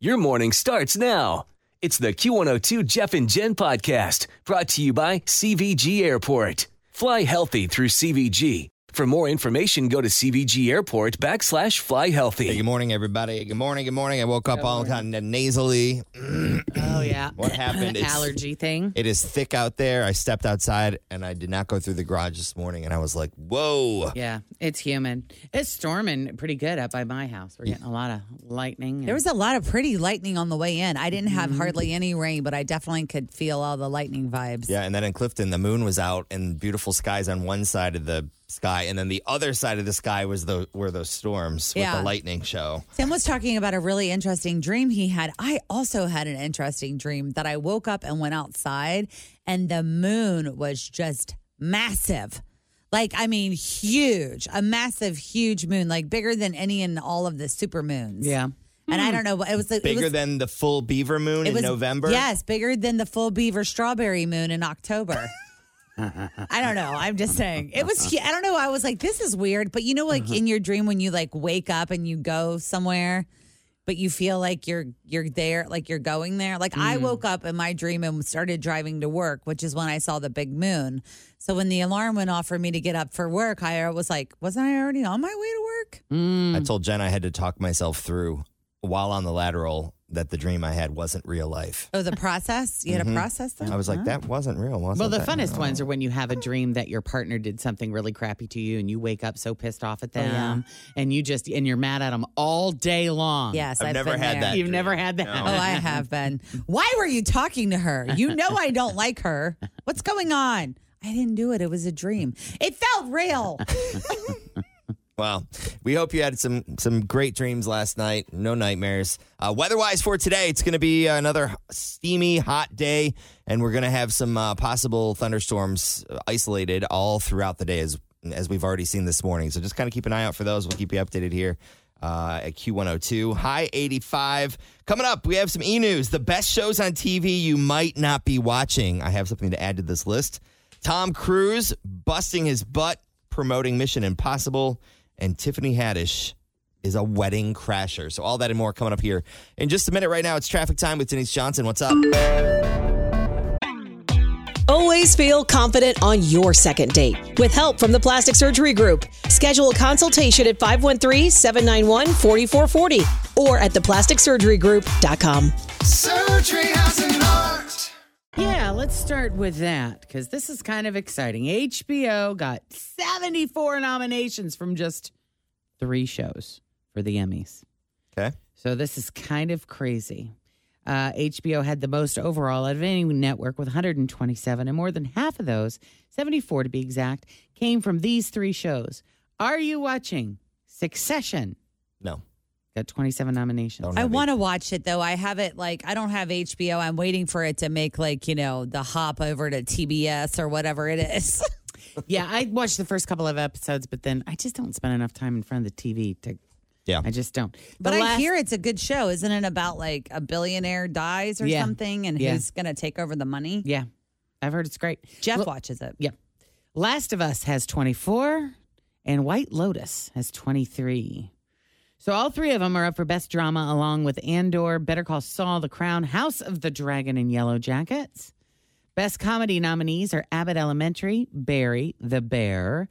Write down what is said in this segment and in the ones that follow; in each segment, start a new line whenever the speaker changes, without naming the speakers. Your morning starts now. It's the Q102 Jeff and Jen podcast brought to you by CVG Airport. Fly healthy through CVG. For more information, go to CVG Airport backslash fly
Hey,
healthy.
good morning, everybody. Good morning. Good morning. I woke up all kind of nasally.
Oh yeah.
What happened? It's-
Allergy thing.
It is thick out there. I stepped outside and I did not go through the garage this morning, and I was like, "Whoa!"
Yeah, it's humid. It's storming pretty good up by my house. We're getting a lot of lightning.
There was a lot of pretty lightning on the way in. I didn't
Mm-hmm.
have hardly any rain, but I definitely could feel all the lightning vibes.
Yeah, and then in Clifton, the moon was out and beautiful skies on one side of the sky, and then the other side of the sky was the were those storms with
Yeah.
the lightning show.
Tim was talking about a really interesting dream he had. I also had an interesting dream that I woke up and went outside, and the moon was just massive. Like, I mean, huge, a massive, huge moon, like bigger than any in all of the super moons.
yeah.
And I don't know, it was like,
Hmm. Bigger
it was,
than the full beaver moon in November.
Yes, bigger than the full beaver strawberry moon in October. I don't know. I'm just saying it was. hu- I don't know. I was like, this is weird. But you know,
Mm-hmm.
like in your dream when you like wake up and you go somewhere, but you feel like you're you're there, like you're going there. Like
Mm.
I woke up in my dream and started driving to work, which is when I saw the big moon. So when the alarm went off for me to get up for work, I was like, wasn't I already on my way to work?
Mm. I told Jen I had to talk myself through while on the lateral that the dream I had wasn't real life.
Oh, the process. You had a process then.
Mm-hmm. I was like, "That wasn't real." Wasn't
Well, the
it?"
funnest ones are when you have a dream that your partner did something really crappy to you, and you wake up so pissed off
Oh,
at them, and you just and you're mad at them all day long.
Yes,
I've
I've
never
been
had
there.
that.
You've
dream.
never had that.
No.
Oh, I have been. Why were you talking to her? You know I don't like her. What's going on? I didn't do it. It was a dream. It felt real.
Well, we hope you had some some great dreams last night. No nightmares. Uh, weather-wise for today, it's going to be another steamy, hot day, and we're going to have some uh, possible thunderstorms uh, isolated all throughout the day, as as we've already seen this morning. So just kind of keep an eye out for those. We'll keep you updated here uh, at Q102. High 85. Coming up, we have some e news. The best shows on TV you might not be watching. I have something to add to this list. Tom Cruise busting his butt, promoting Mission Impossible, and Tiffany Haddish is a wedding crasher. So all that and more coming up here in just a minute. Right now, it's traffic time with Denise Johnson. What's up?
Always feel confident on your second date. With help from the Plastic Surgery Group, schedule a consultation at 513 791 4440 or at theplasticsurgerygroup.com.
Yeah, let's start with that because this is kind of exciting. HBO got 74 nominations from just three shows for the Emmys.
Okay.
So this is kind of crazy. Uh, HBO had the most overall out of any network with 127, and more than half of those, 74 to be exact, came from these three shows. Are you watching Succession?
No.
Got 27 nominations.
Don't
I
have
want to watch it though. I have it like I don't have HBO. I'm waiting for it to make like, you know, the hop over to TBS or whatever it is.
Yeah, I watched the first couple of episodes, but then I just don't spend enough time in front of the TV to.
Yeah.
I just don't.
But
The
I
last-
hear it's a good show. Isn't it about like a billionaire dies or
Yeah.
something and
Yeah.
who's going to take over the money?
Yeah, I've heard it's great.
Jeff
Look-
watches it.
Yeah. Last of Us has 24, and White Lotus has 23. So all three of them are up for Best Drama, along with Andor, Better Call Saul, The Crown, House of the Dragon, and Yellow Jackets. Best comedy nominees are Abbott Elementary, Barry, The Bear,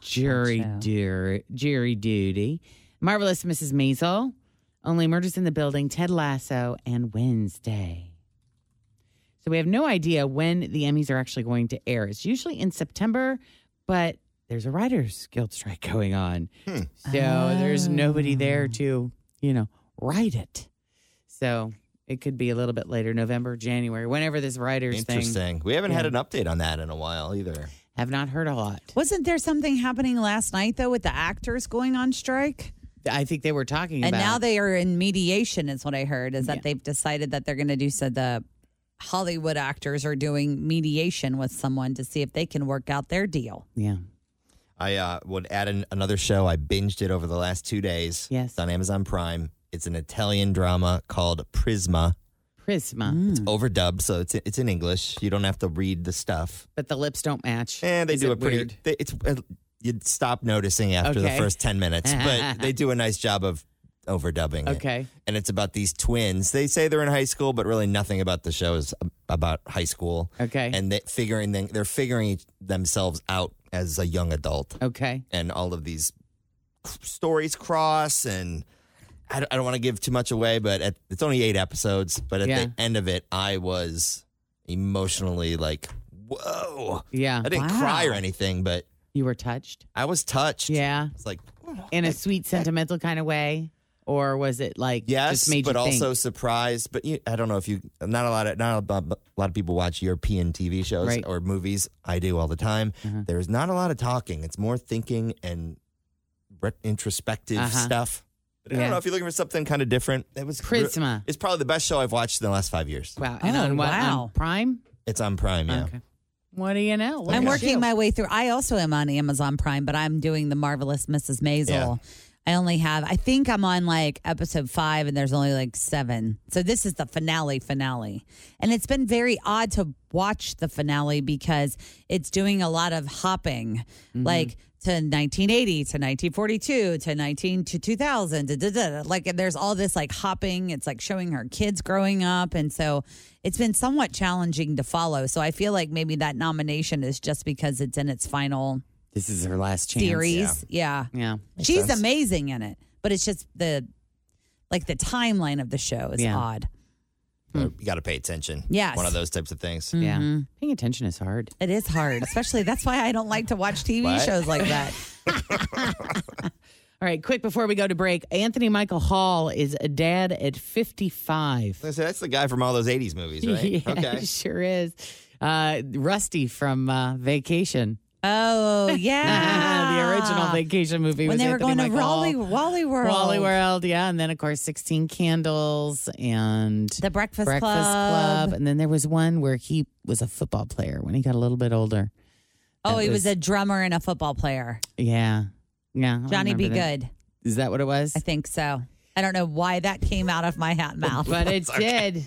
Jury, Dur- Jury Duty, Marvelous Mrs. Maisel, Only Murders in the Building, Ted Lasso, and Wednesday. So we have no idea when the Emmys are actually going to air. It's usually in September, but there's a writers' guild strike going on. So there's nobody there to, you know, write it. So it could be a little bit later, November, January, whenever this writers thing.
Interesting. We haven't had an update on that in a while either.
Have not heard a lot.
Wasn't there something happening last night though with the actors going on strike?
I think they were talking
And
about
now they are in mediation, is what I heard. Is that they've decided that they're going to do so. The Hollywood actors are doing mediation with someone to see if they can work out their deal.
Yeah.
I uh, would add an, another show. I binged it over the last two days.
Yes.
It's on Amazon Prime. It's an Italian drama called Prisma.
Prisma.
Mm.
It's overdubbed, so it's it's in English. You don't have to read the stuff.
But the lips don't match.
And they
Is
do
it
a pretty.
weird?
They, it's uh, you'd stop noticing after
Okay.
the first ten minutes, but they do a nice job of overdubbing. it.
Okay.
And it's about these twins. They say they're in high school, but really nothing about the show is ab- about high school.
Okay.
And they figuring them, they're figuring themselves out as a young adult
Okay.
and all of these c- stories cross and I don't, I don't want to give too much away but at, it's only eight episodes but at
Yeah.
the end of it i was emotionally like whoa
Yeah.
i didn't cry or anything but
You were touched.
i was touched
Yeah.
it's like
In a sweet, sentimental kind of way. Or was it like
yes
just made
but
you
also
think?
surprised but you, i don't know if you not a lot of not a, bu- a lot of people watch european tv shows
Right. Uh-huh.
or movies i do all the time there's not a lot of talking it's more thinking and ret- introspective
Uh-huh.
stuff but i
Yeah.
don't know if you're looking for something kind of different it was
Prisma.
it's probably the best show i've watched in the last five years
Wow. And
Oh,
on what? on
wow.
Prime?
it's on prime yeah
Okay. What do you know? Look
I'm
at
working
you.
my way through. I also am on Amazon Prime, but I'm doing the marvelous Mrs. Maisel.
Yeah.
I only have, I think I'm on like episode five, and there's only like seven. So this is the finale, finale, and it's been very odd to watch the finale because it's doing a lot of hopping, like to 1980 to 1942 to 19 to 2000 da, da, da, da. like and there's all this like hopping it's like showing her kids growing up and so it's been somewhat challenging to follow so i feel like maybe that nomination is just because it's in its final
This is her last chance.
series yeah,
Yeah.
she's amazing in it but it's just the like the timeline of the show is
Yeah.
odd
Hmm.
you got to pay attention
Yes.
one of those types of things
Yeah.
Mm-hmm.
Paying attention is hard.
it is hard especially that's why i don't like to watch tv
What?
shows like that
All right, quick before we go to break, Anthony Michael Hall is a dad at 55.
Like I said, that's the guy from all those 80s movies right
Yeah,
okay
he sure is. Uh, Rusty from uh, Vacation.
oh yeah
the original Vacation movie
Ah. when
was
they were
Anthony
going to
Michael Hall.
Raleigh, Wally World.
Wally World, yeah, and then of course Sixteen Candles and
The Breakfast,
Breakfast
Club.
Club. and then there was one where he was a football player when he got a little bit older.
Oh,
That
he
was-
was, a drummer and a football player.
Yeah, yeah. I
Johnny B.
remember that.
Good.
Is that what it was?
I think so. I don't know why that came out of my hat mouth.
but it did.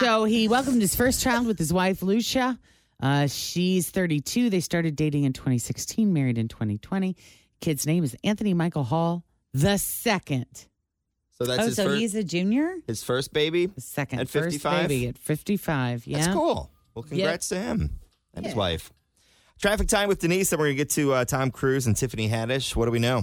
so he welcomed his first child with his wife Lucia. Uh, she's 32. They started dating in 2016, married in 2020. Kid's name is Anthony Michael Hall the second.
so that's
oh,
his,
so
fir-
he's a junior?
his first baby
The second
At
first
55?
baby at 55. Yeah,
That's cool. Well, congrats to him and his wife. Traffic time with Denise, then we're going to get to uh, Tom Cruise and Tiffany Haddish. What do we know?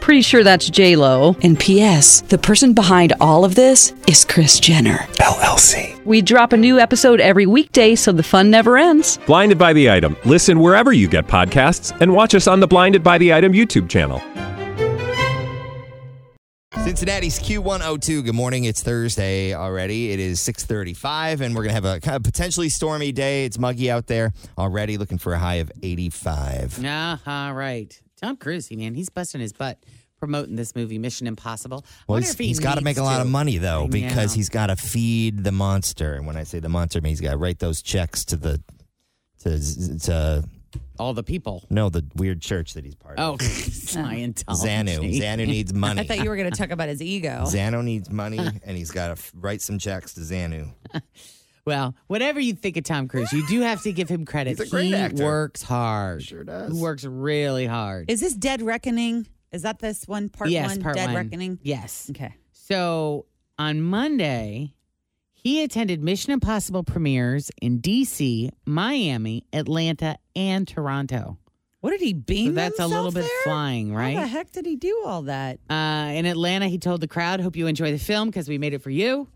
Pretty sure that's J Lo.
And P.S. The person behind all of this is Chris Jenner.
LLC.
We drop a new episode every weekday, so the fun never ends.
Blinded by the item. Listen wherever you get podcasts, and watch us on the Blinded by the Item YouTube channel.
Cincinnati's Q102. Good morning. It's Thursday already. It is 635, and we're going to have a kind of potentially stormy day. It's muggy out there already, looking for a high of 85.
Uh-huh, right. Tom Cruise, he- man, he's busting his butt promoting this movie, Mission Impossible.
Well,
Wonder
he's,
if he
he's got to
needs
make a lot of
to.
money, though,
I
because
know.
he's got to feed the monster. And when I say the monster, I mean he's got to write those checks to the, to, to,
All the people.
no, the weird church that he's part of.
Oh, Scientology.
Xanu. Xanu needs money.
Oh, I thought you Uh. were going to talk about his ego.
Xano needs money, and he's got to write some checks to Xanu.
Well, whatever you think of Tom Cruise, you do have to give him credit.
He's a great
he
actor.
works hard. Sure does. He works really hard.
Is this Dead Reckoning? Is that this one part
yes,
one
part
dead
one.
reckoning?
Yes.
Okay.
So on Monday, he attended Mission Impossible premieres in DC, Miami, Atlanta, and Toronto.
What did he beam?
So that's a little
himself
bit
there?
flying, right?
How the heck did he do all that?
Uh, in Atlanta, he told the crowd, "Hope you enjoy the film because we made it for you."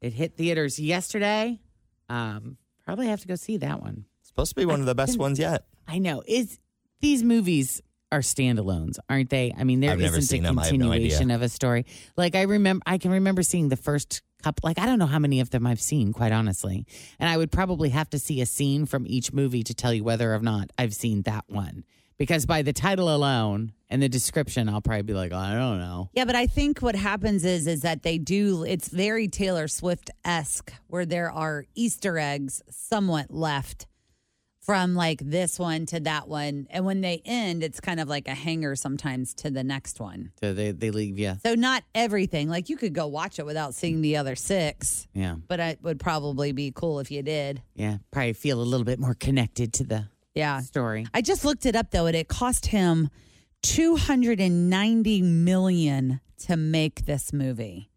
It hit theaters yesterday. Um, probably have to go see that one.
Supposed to be one of the best ones yet.
I know. Is these movies are standalones, aren't they? I mean, there
I've never
not a
seen them. I have no idea.
continuation of a story. Like I remember, I can remember seeing the first couple. Like I don't know how many of them I've seen, quite honestly. And I would probably have to see a scene from each movie to tell you whether or not I've seen that one. Because by the title alone and the description, I'll probably be like, I don't know.
Yeah, but I think what happens is is that they do it's very Taylor Swift esque where there are Easter eggs somewhat left from like this one to that one. And when they end, it's kind of like a hanger sometimes to the next one.
So they they leave you.
So not everything. Like you could go watch it without seeing the other six,
Yeah,
but it would probably be cool if you did.
yeah. Probably feel a little bit more connected to the
Yeah.
story.
I just looked it up though, and it cost him two hundred and ninety million to make this movie.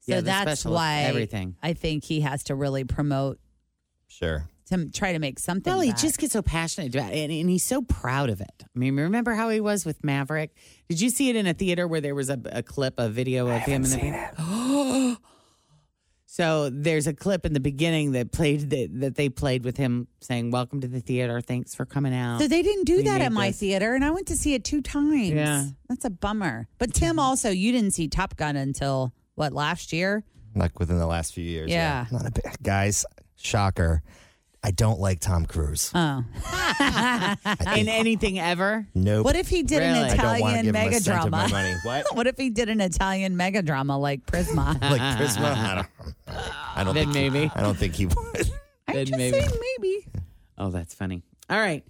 So
Yeah, the
that's
special
why
everything.
I think he has to really promote
Sure.
to try to make something.
Well, he
back.
just gets so passionate about it, and, and he's so proud of it. I mean, remember how he was with Maverick? Did you see it in a theater where there was a, a clip, a video of him? in the So there's a clip in the beginning that played that, that they played with him saying, "Welcome to the theater. Thanks for coming out."
so they didn't do
We
that at
made
my
this.
theater, and I went to see it two times.
Yeah.
that's a bummer. But Tim, also, you didn't see Top Gun until what last year?
Like within the last few years.
Yeah.
Not a big, guys, shocker. I don't like Tom Cruise.
Oh,
in anything ever?
nope.
what if he did an
Really?
don't
I
wanna
Italian
give him a
mega
cent of my money.
drama?
What?
what if he did an Italian mega drama like Prisma?
like Prisma? I don't, I don't
Then
think he-
maybe.
I don't think he would.
Then maybe.
Maybe.
Oh, that's funny. All right.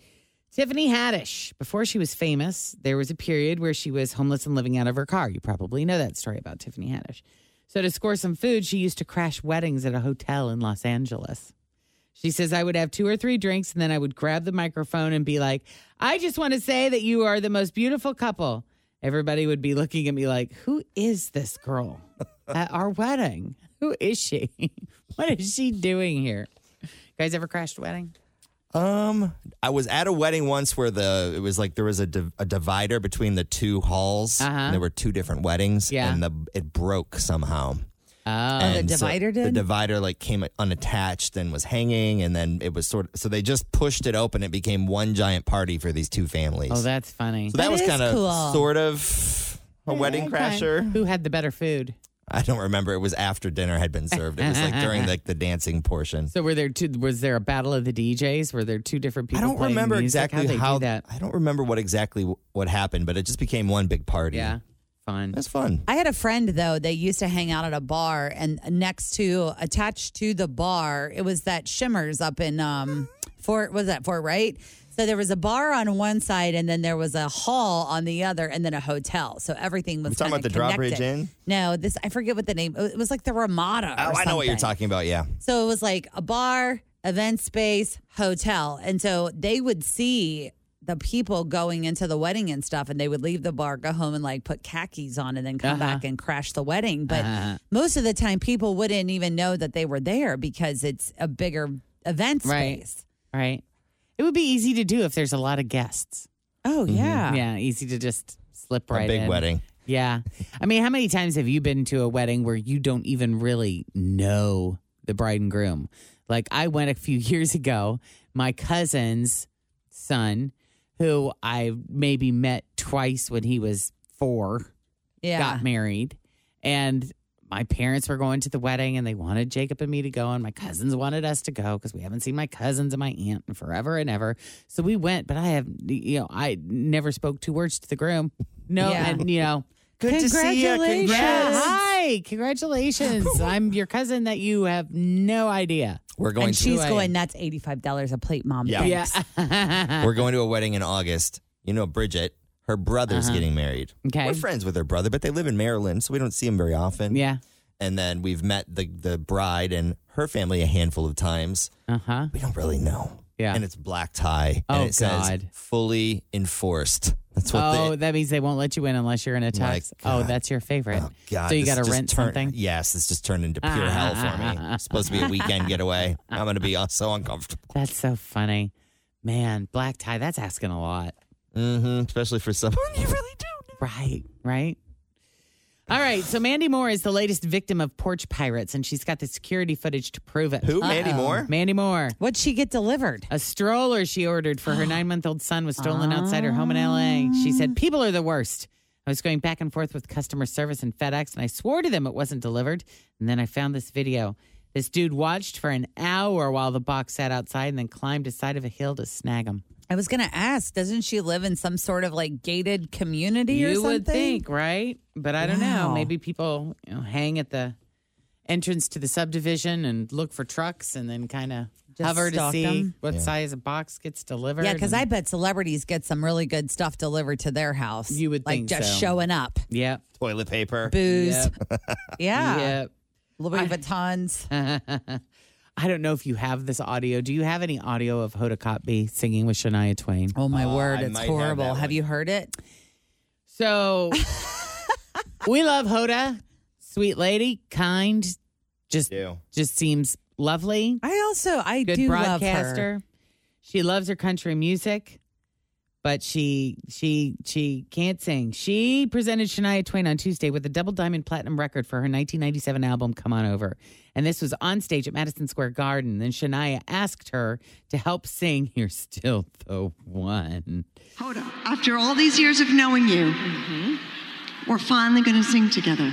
Tiffany Haddish, before she was famous, there was a period where she was homeless and living out of her car. You probably know that story about Tiffany Haddish. So, to score some food, she used to crash weddings at a hotel in Los Angeles. She says, I would have two or three drinks and then I would grab the microphone and be like, I just want to say that you are the most beautiful couple. Everybody would be looking at me like, Who is this girl at our wedding? Who is she? what is she doing here? Guys, ever crashed a wedding?
Um, I was at a wedding once where the it was like there was a, div- a divider between the two halls.
Uh-huh.
And there were two different weddings,
Yeah.
and the it broke somehow.
Oh.
and so
divider
The
did?
divider like came unattached and was hanging, and then it was sort of so they just pushed it open. It became one giant party for these two families.
Oh, that's funny.
so that,
That
was
is
kind of
cool.
sort of a wedding crasher.
Who had the better food?
I don't remember. It was after dinner had been served. It was like during like the dancing portion.
So were there two? Was there a battle of the DJs? Were there two different people?
I don't
playing
remember
music?
exactly
How'd they
how
do that.
I don't remember what exactly w- what happened, but it just became one big party.
Yeah, fun.
That's fun.
I had a friend though that used to hang out at a bar, and next to, attached to the bar, it was that Shimmers up in um Fort. Was that Fort Wright? So there was a bar on one side, and then there was a hall on the other, and then a hotel. So everything was
You talking
kinda
about the Drawbridge
connected.
Inn?
No, this I forget what the name. It was like the Ramada.
Oh,
or
I know what you're
something.
talking about. Yeah.
So it was like a bar, event space, hotel. And so they would see the people going into the wedding and stuff, and they would leave the bar, go home, and like put khakis on, and then come
Uh-huh.
back and crash the wedding. But most of the time, people wouldn't even know that they were there because it's a bigger event
Right.
space.
Right. It would be easy to do if there's a lot of guests.
Oh, yeah.
Mm-hmm. yeah, easy to just slip right
Ah. a big
in.
wedding.
Yeah. I mean, how many times have you been to a wedding where you don't even really know the bride and groom? Like, I went a few years ago, my cousin's son, who I maybe met twice when he was four,
Yeah.
got married. And my parents were going to the wedding and they wanted Jacob and me to go. And my cousins wanted us to go because we haven't seen my cousins and my aunt in forever and ever. So we went, but I have, you know, I never spoke two words to the groom. No,
Yeah.
and, you know,
Good to see ya.
Congratulations.
Congrats.
Yeah, Hi. Congratulations. I'm your cousin that you have no idea.
We're going
And
to
she's
I-
going, that's $85 a plate, mom.
Yeah.
Thanks."
Yeah.
we're going to a wedding in August. You know, Bridget, her brother's getting married.
Uh-huh. Okay.
We're friends with her brother, but they live in Maryland, so we don't see him very often.
yeah.
And then we've met the the bride and her family a handful of times.
Uh huh.
We don't really know.
Yeah.
and it's black tie.
Oh,
and it says
God.
fully enforced. That's what
oh,
they.
that means they won't let you in unless you're in a tux. Oh,
God.
that's your favorite.
Oh, God,
so you
this
got to
just
rent
turned-
something.
Yes, this just turned into pure hell for me. It's supposed to be a weekend getaway. I'm going to be uh, so uncomfortable.
That's so funny, man. Black tie. That's asking a lot.
hmm especially for someone you really do.
Right, right. All right, so Mandy Moore is the latest victim of porch pirates, and she's got the security footage to prove it. Uh,
Who, Mandy
Uh-oh.
Moore?
Mandy Moore.
What'd she get delivered?
A stroller she ordered for her nine month old son was stolen outside her home in LA. She said, People are the worst. I was going back and forth with customer service and FedEx, and I swore to them it wasn't delivered. And then I found this video. This dude watched for an hour while the box sat outside and then climbed the side of a hill to snag him.
I was gonna ask. Doesn't she live in some sort of like gated community or
You
something?
would think, right? But I don't know. Maybe people you know, hang at the entrance to the subdivision and look for trucks and then kind of
Just
hover to
stalk
see
them.
what size a box gets delivered.
Yeah, because I
and-
bet celebrities get some really good stuff delivered to their house.
You would
like
think
just
so.
showing up,
Yeah.
Toilet paper.
booze, yeah,
Yeah.
Louis Vuittons.
I don't know if you have this audio. Do you have any audio of Hoda Kotb singing with Shania Twain?
Oh my
Oh,
word,
I
it's
might have
horrible.
that
Have,
one.
you heard it?
So we love Hoda, sweet lady, kind, just
Do.
just seems lovely.
I also I
good
do love
broadcaster.
her.
She loves her country music, but she she she can't sing. She presented Shania Twain on Tuesday with a double diamond platinum record for her 1997 album "Come On Over," and this was on stage at Madison Square Garden. Then Shania asked her to help sing "You're Still the One."
Hoda, after all these years of knowing you,
Mm-hmm.
we're finally going to sing together.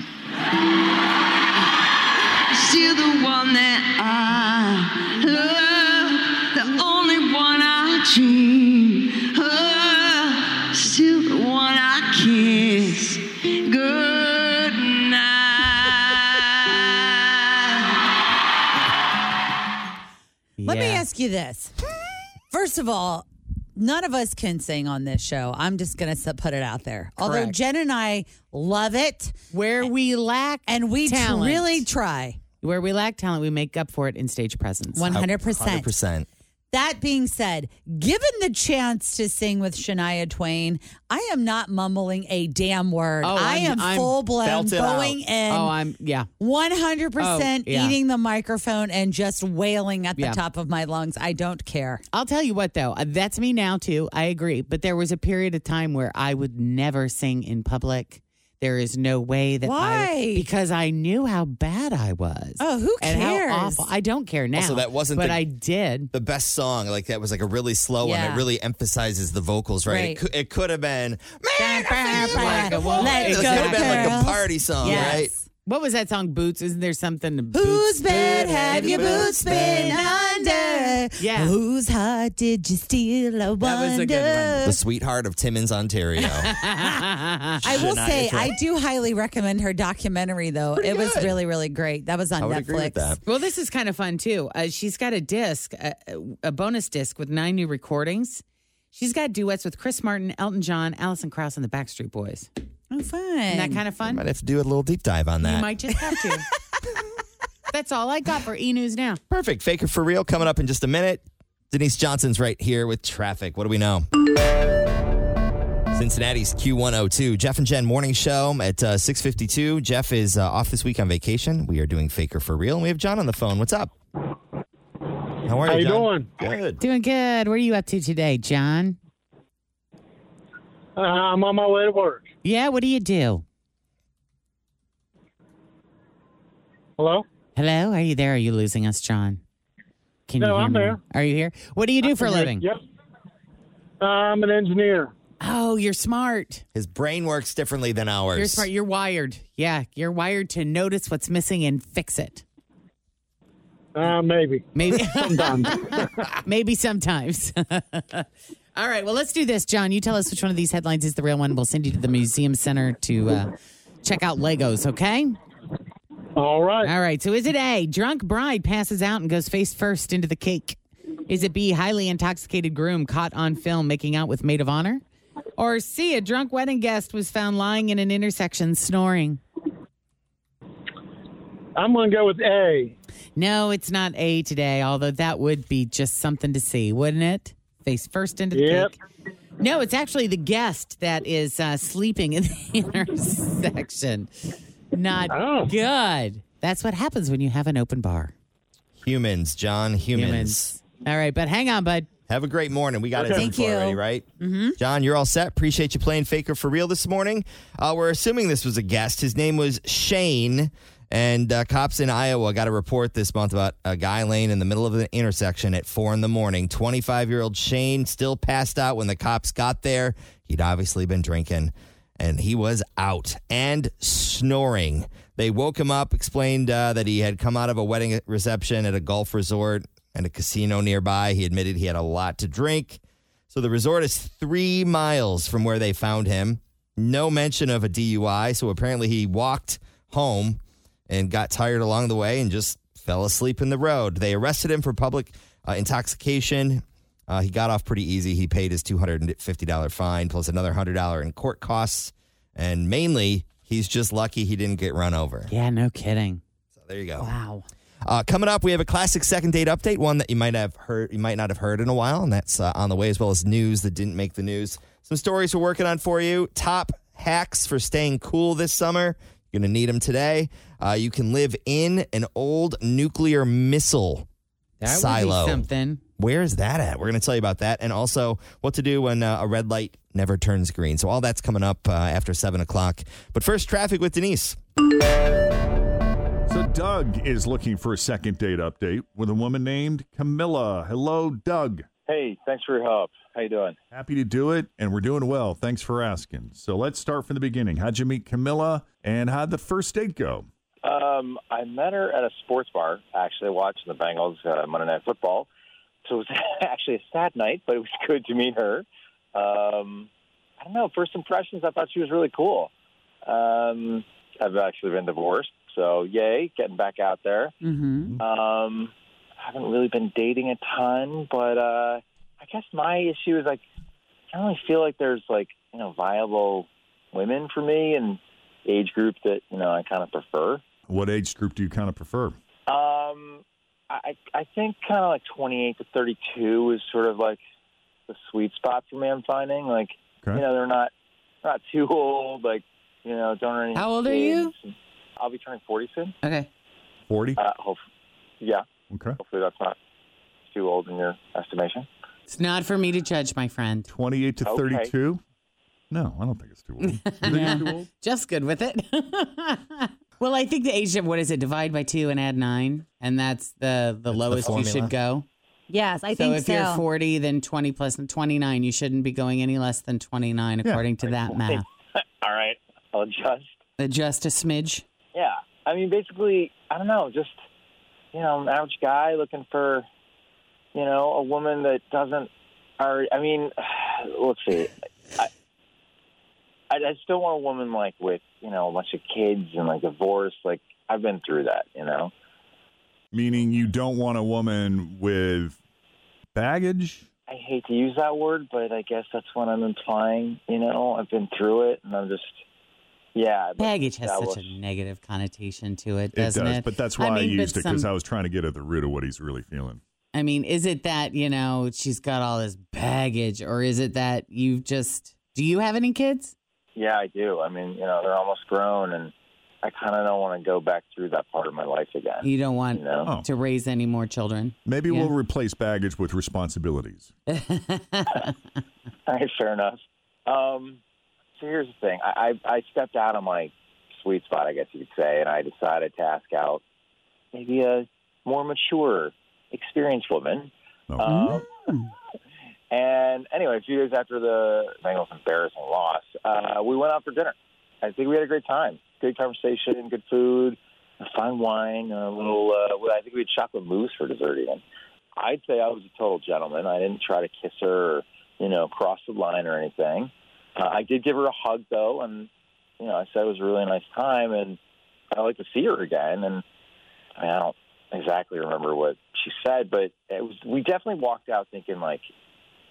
Still the one that I love, the only one I dream of, still the one I kiss. Good night.
Let me
Yeah.
ask you this. First of all, none of us can sing on this show. I'm just going to put it out there. Although
Correct.
Jen and I love it
where we lack
and we tr-
talent.
really try.
where we lack talent, we make up for it in stage presence.
100%.
100%.
That being said, given the chance to sing with Shania Twain, I am not mumbling a damn word.
Oh,
I
I'm-
am
I'm
full blown
Belt it out.
going in.
Oh, I'm yeah.
100%
Oh, yeah.
eating the microphone and just wailing at the
Yeah.
top of my lungs. I don't care.
I'll tell you what, though, uh, that's me now too. I agree. But there was a period of time where I would never sing in public. There is no way that I
Why?
because I knew how bad I was.
Oh, who
And
cares?
how awful. I don't care now.
Also, that wasn't
But
the-
I did.
The best song, like that was like a really slow one.
Yeah.
It really emphasizes the vocals, right?
Right.
It, cou- it could have been, man, I feel like a woman.
Let's
It could
go,
have been like
girls.
a party song, right?
What was that song? Boots. Isn't there something? to
Whose
Boots?
bed have your boots been under?
Yeah.
Whose heart did you steal? I
That was a good
wonder.
The sweetheart of Timmins, Ontario.
I will
Shania
say,
Twain.
I do highly recommend her documentary, though. it was
good.
really, really great. That was on
I would
Netflix.
agree with that.
Well, this is kind of fun too. Uh, she's got a disc, a, a bonus disc with nine new recordings. She's got duets with Chris Martin, Elton John, Allison Krauss, and the Backstreet Boys.
Oh, fun.
Isn't that kind of fun?
Might have to do a little deep dive on
You
that.
might just have to. That's all I got for e news now.
Perfect. Faker for real coming up in just a minute. Denise Johnson's right here with traffic. What do we know? Cincinnati's Q102. Jeff and Jen morning show at uh, 6:52. Jeff is uh, off this week on vacation. We are doing Faker for real, and we have John on the phone. What's up? How are you? How you doing? Good.
Doing good. What are you up to today, John?
Uh, I'm on my way to work.
Yeah, what do you do?
Hello?
Hello, oh, are you there? Are you losing us, John? Can
No,
you hear
I'm
me?
there.
Are you here? What do you do for a living?
Yep. I'm an engineer.
Oh, you're smart.
His brain works differently than ours.
You're smart. You're wired. Yeah, you're wired to notice what's missing and fix it.
Uh, maybe.
Maybe
Sometimes.
maybe sometimes. All right, well, let's do this, John. You tell us which one of these headlines is the real one. We'll send you to the museum center to uh, check out Legos, okay?
All right.
All right. So is it A, drunk bride passes out and goes face first into the cake? Is it B, highly intoxicated groom caught on film making out with maid of honor? Or C, a drunk wedding guest was found lying in an intersection snoring?
I'm going to go with A.
No, it's not A today, although that would be just something to see, wouldn't it? Face first into the
Yep.
cake. No, it's actually the guest that is uh, sleeping in the intersection. Not good. That's what happens when you have an open bar.
Humans, John, humans.
Humans. All right, but hang on, bud.
Have a great morning. We got it.
Okay. Thank
for
you.
Already, right? Mm-hmm. John, you're all set. Appreciate you playing Faker for Real this morning. Uh, we're assuming this was a guest. His name was Shane. And uh, cops in Iowa got a report this month about a guy laying in the middle of an intersection at four in the morning. 25 year old Shane still passed out when the cops got there. He'd obviously been drinking and he was out and snoring. They woke him up, explained uh, that he had come out of a wedding reception at a golf resort and a casino nearby. He admitted he had a lot to drink. So the resort is three miles from where they found him. No mention of a DUI. So apparently he walked home and got tired along the way and just fell asleep in the road. They arrested him for public uh, intoxication. Uh, he got off pretty easy. He paid his $250 fine plus another $100 in court costs. And mainly, he's just lucky he didn't get run over.
Yeah, no kidding.
So there you go.
Wow.
Uh, coming up, we have a classic second date update, one that you might have heard, you might not have heard in a while, and that's uh, on the way, as well as news that didn't make the news. Some stories we're working on for you. Top hacks for staying cool this summer. You're going to need them today. Uh, you can live in an old nuclear missile
That would be
silo.
something.
Where is that at? We're going to tell you about that, and also what to do when uh, a red light never turns green. So all that's coming up uh, after seven o'clock. But first, traffic with Denise.
So Doug is looking for a second date update with a woman named Camilla. Hello, Doug.
Hey, thanks for your help. How you doing?
Happy to do it, and we're doing well. Thanks for asking. So let's start from the beginning. How'd you meet Camilla, and how'd the first date go?
Um, I met her at a sports bar. Actually, watching the Bengals uh, Monday Night Football. So it was actually a sad night, but it was good to meet her. Um, I don't know. First impressions, I thought she was really cool. Um, I've actually been divorced, so yay, getting back out there.
Mm-hmm.
Um, I haven't really been dating a ton, but uh, I guess my issue is like I don't really feel like there's like you know viable women for me and age group that you know I kind of prefer.
What age group do you kind of prefer?
Um, I I think kind of like 28 to 32 is sort of like the sweet spot for me. I'm finding like
Okay.
you know they're not not too old, like you know don't earn any.
How old are you?
kids. I'll be turning 40 soon.
Okay.
40?
Uh, hopefully, yeah.
Okay.
Hopefully that's not too old in your estimation.
It's not for me to judge, my friend.
28 to 32? No, I don't think it's too old.
Just good with it. well, I think the age of what is it? Divide by two and add nine, and that's the the lowest you
formula.
should go.
Yes, I
so
think
if
so.
you're 40, then 20 plus 29, you shouldn't be going any less than 29, according to that math.
All right, I'll adjust.
Just a smidge.
Yeah, I mean, basically, I don't know, just you know, an average guy looking for you know a woman that doesn't. Or I mean, let's see. I, I just don't want a woman like with you know a bunch of kids and like divorce. Like I've been through that, you know.
Meaning you don't want a woman with baggage?
I hate to use that word, but I guess that's what I'm implying. You know, I've been through it, and I'm just yeah. but
Baggage has
that was-
such a negative connotation to it, doesn't it?
does, but that's why I,
mean, but
used it because
some-
I was trying to get at the root of what he's really feeling.
I mean, is it that, you know, she's got all this baggage, or is it that you've just. Do you have any kids?
Yeah, I do. I mean, you know, they're almost grown, and I kind of don't want to go back through that part of my life again.
You don't want
No. Oh.
to raise any more children.
Maybe
Yeah.
we'll replace baggage with responsibilities.
All right, fair enough. Um, so here's the thing: I, I, I stepped out of my sweet spot, I guess you could say, and I decided to ask out maybe a more mature, experienced woman. Um, and anyway, a few days after the Bengals' embarrassing loss, uh, we went out for dinner. I think we had a great time. Good conversation, good food, fine wine, a little. Uh, well, I think we had chocolate mousse for dessert even. I'd say I was a total gentleman. I didn't try to kiss her or, you know, cross the line or anything. Uh, I did give her a hug though, and you know, I said it was a really nice time, and I'd like to see her again. And I, mean, I don't exactly remember what she said, but it was we definitely walked out thinking like,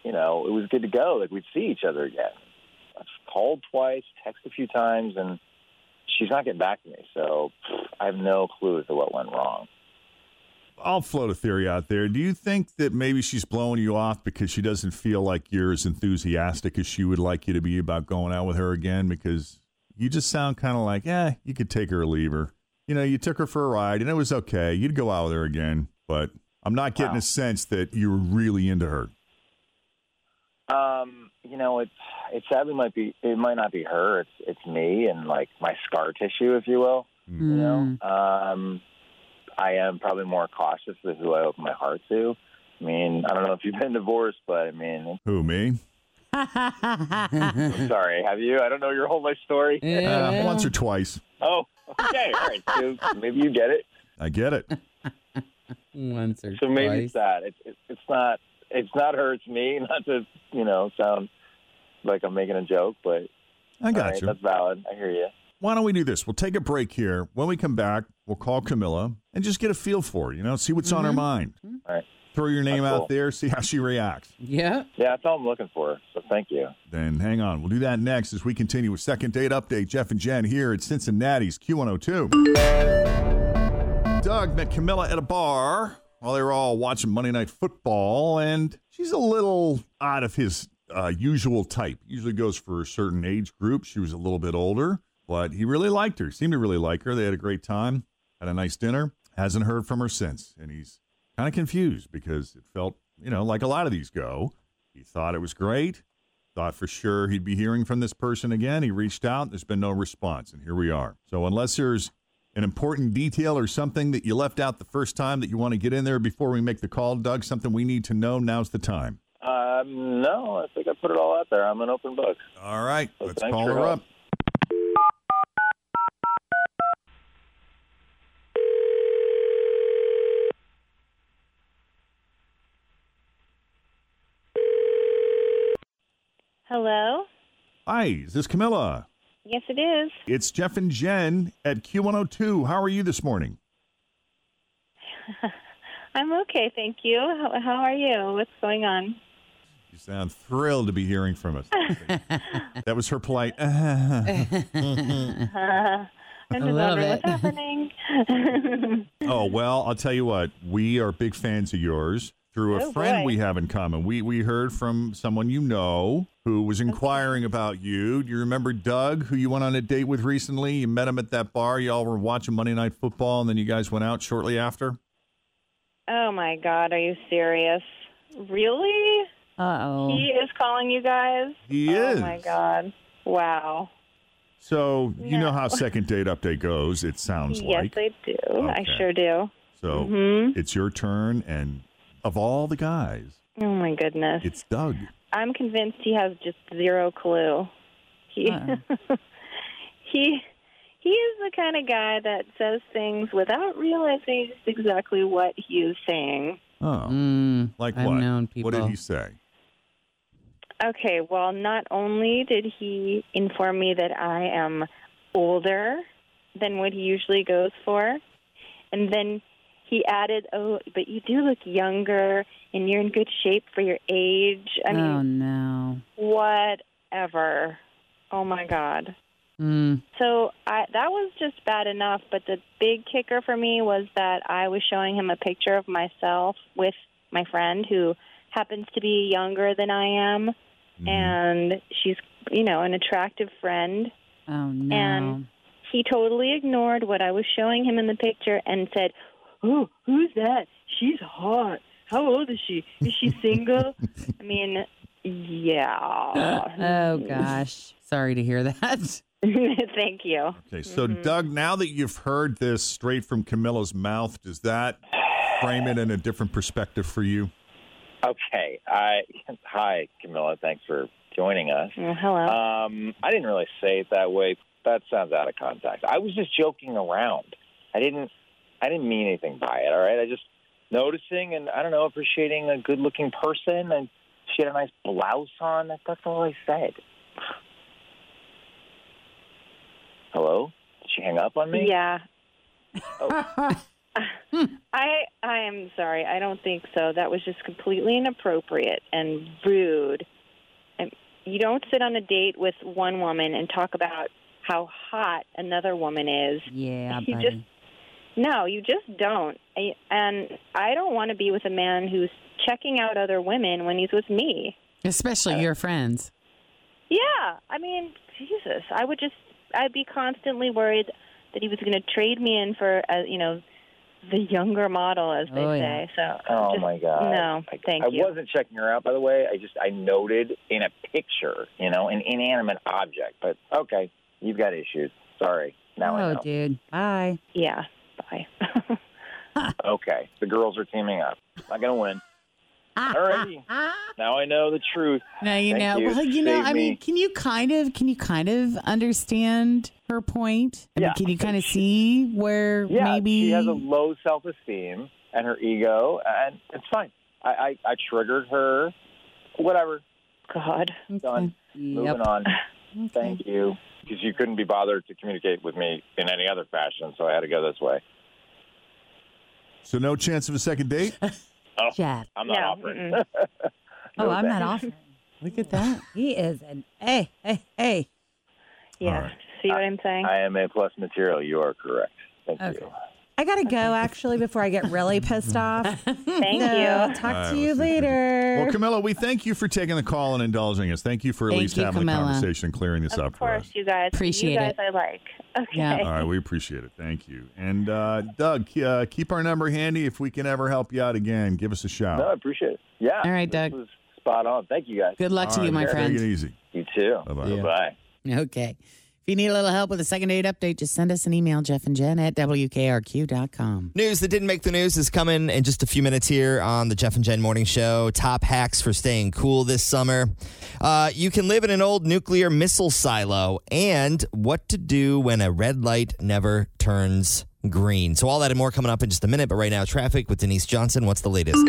you know, it was good to go. Like we'd see each other again. I've called twice, texted a few times, and she's not getting back to me. So pff, I have no clue as to what went wrong.
I'll float a theory out there. Do you think that maybe she's blowing you off because she doesn't feel like you're as enthusiastic as she would like you to be about going out with her again? Because you just sound kind of like, eh, you could take her or leave her. You know, you took her for a ride and it was okay. You'd go out with her again, but I'm not getting
Wow.
a sense that you were really into her.
Um, you know, it it sadly might be it might not be her. It's it's me and like my scar tissue, if you will. You know, um, I am probably more cautious with who I open my heart to. I mean, I don't know if you've been divorced, but I mean,
Who, me?
I'm sorry, have you? I don't know your whole life story.
Uh, once or twice.
Oh, okay, all right. So maybe you get it.
I get it.
Once or
So maybe it's that. It's it's it's not it's not her. It's me. Not to you know sound like I'm making a joke, but
I got
all right,
you.
That's valid. I hear you.
why don't we do this? We'll take a break here. When we come back, we'll call Camilla and just get a feel for it, you know, see what's on her
Mm-hmm.
mind.
All right.
Throw your name
That's
out
cool.
there, see how she reacts.
Yeah.
Yeah, that's all I'm looking for. So thank you.
Then hang on. We'll do that next as we continue with Second Date Update. Jeff and Jen here at Cincinnati's Q102. Doug met Camilla at a bar while they were all watching Monday Night Football, and she's a little out of his uh, usual type. Usually goes for a certain age group. She was a little bit older, but he really liked her, seemed to really like her. They had a great time, had a nice dinner. Hasn't heard from her since, and he's kind of confused because it felt, you know, like a lot of these go. He thought it was great. Thought for sure he'd be hearing from this person again. He reached out. There's been no response, and here we are. So, unless there's an important detail or something that you left out the first time that you want to get in there before we make the call, Doug, something we need to know, now's the time.
Um, no, I think I put it all out there. I'm an open book.
All right, let's
thanks
call
for
her
your
up.
help.
Hello?
Hi, is this Camilla?
Yes, it is.
It's Jeff and Jen at Q102. How are you this morning?
I'm okay, thank you. How, how are you? What's going on?
You sound thrilled to be hearing from us. that was her polite.
Uh, I'm just
love
wondering
it.
what's happening.
Oh well, I'll tell you what. We are big fans of yours through a
Oh,
friend
boy.
we have in common. We we heard from someone you know who was inquiring about you. Do you remember Doug, who you went on a date with recently? You met him at that bar. Y'all were watching Monday Night Football, and then you guys went out shortly after.
oh my God, are you serious? Really?
Uh
He is calling you guys?
He
oh
is.
my God. Wow.
So you know how
No.
second date update goes. It sounds
yes,
like
I do. I
Okay.
sure do.
so.
Mhm.
It's your turn, and of all the guys,
Oh my goodness.
it's Doug.
I'm convinced he has just zero clue. He he he is the kind of guy that says things without realizing just exactly what he is saying.
Oh, like
Hmm. I've
what?
known
What
people.
did he say?
Okay, well, not only did he inform me that I am older than what he usually goes for, and then he added, "Oh, but you do look younger, and you're in good shape for your age." I
oh,
mean,
no.
whatever. Oh my god.
Mm.
So I, that was just bad enough, but the big kicker for me was that I was showing him a picture of myself with my friend who happens to be younger than I am, and she's, you know, an attractive friend.
Oh, no.
And he totally ignored what I was showing him in the picture and said, "Oh, who's that? She's hot. How old is she? Is she single?" I mean, yeah.
oh, gosh. Sorry to hear that.
Thank you. Mm-hmm.
Okay, so Doug, now that you've heard this straight from Camilla's mouth, does that frame it in a different perspective for you?
Okay. I hi Camilla. Thanks for joining us.
Oh, hello.
Um, I didn't really say it that way. That sounds out of context. I was just joking around. I didn't. I didn't mean anything by it. All right. I just noticing and I don't know appreciating a good-looking person and she had a nice blouse on. That, that's all I said. Hello. Did she hang up on me?
Yeah. I I am sorry. I don't think so. That was just completely inappropriate and rude. And you don't sit on a date with one woman and talk about how hot another woman is.
Yeah,
He
buddy.
just No, you just don't. I- And I don't want to be with a man who's checking out other women when he's with me.
Especially your friends.
Yeah, I mean, Jesus, I would just I'd be constantly worried that he was going to trade me in for uh, you know the younger model as they
Oh, yeah.
say. So
Oh
just-
my god!
No,
I,
thank
I
you.
wasn't checking her out, by the way. I just I noted in a picture, you know, an inanimate object. But okay, you've got issues. Sorry. Now
Oh,
I know.
dude. Bye.
Yeah.
Okay, the girls are teaming up. Not gonna win. Alrighty. now I know the truth.
Ah, Now you
Thank
know.
You.
Well, you know.
Saved
I
me.
mean, can you kind of can you kind of understand her point? I mean,
Yeah.
can you kind of see where
yeah,
maybe
she has a
Mm.
low self-esteem and her ego, and it's fine. I I, I triggered her. Whatever.
God.
Done. Moving on. Thank you. Because you couldn't be bothered to communicate with me in any other fashion, so I had to go this way.
So no chance of a second date?
Oh,
Jeff.
I'm not
No,
offering.
mm-mm.
No,
oh, I'm
thanks.
not offering.
Look at that.
He is an hey, hey, hey.
Yeah. See what I'm saying?
I am A plus material. You are correct. Thank you.
I gotta go actually before I get really pissed off.
Thank
So,
you.
I'll talk
All right,
to you
well,
later.
Well, Camilla, we thank you for taking the call and indulging us. Thank you for at
Thank
least
you,
having
Camilla.
the conversation and clearing this up
Of
for us.
course, you guys.
Appreciate
you guys
it.
I like. Okay.
All right, we appreciate it. Thank you. And uh, Doug, ke- uh, keep our number handy if we can ever help you out again. Give us a shout.
No, I appreciate it. Yeah.
All right,
this
Doug.
was spot on. Thank you guys.
Good luck to you, my friend.
Take it easy.
You too.
Bye-bye.
Bye.
Okay. If you need a little help with a second date update, just send us an email, Jeff and Jen at WKRQ.com.
News that didn't make the news is coming in just a few minutes here on the Jeff and Jen Morning Show. Top hacks for staying cool this summer. Uh, you can live in an old nuclear missile silo and what to do when a red light never turns green. So, all that and more coming up in just a minute. But right now, traffic with Denise Johnson. What's the latest?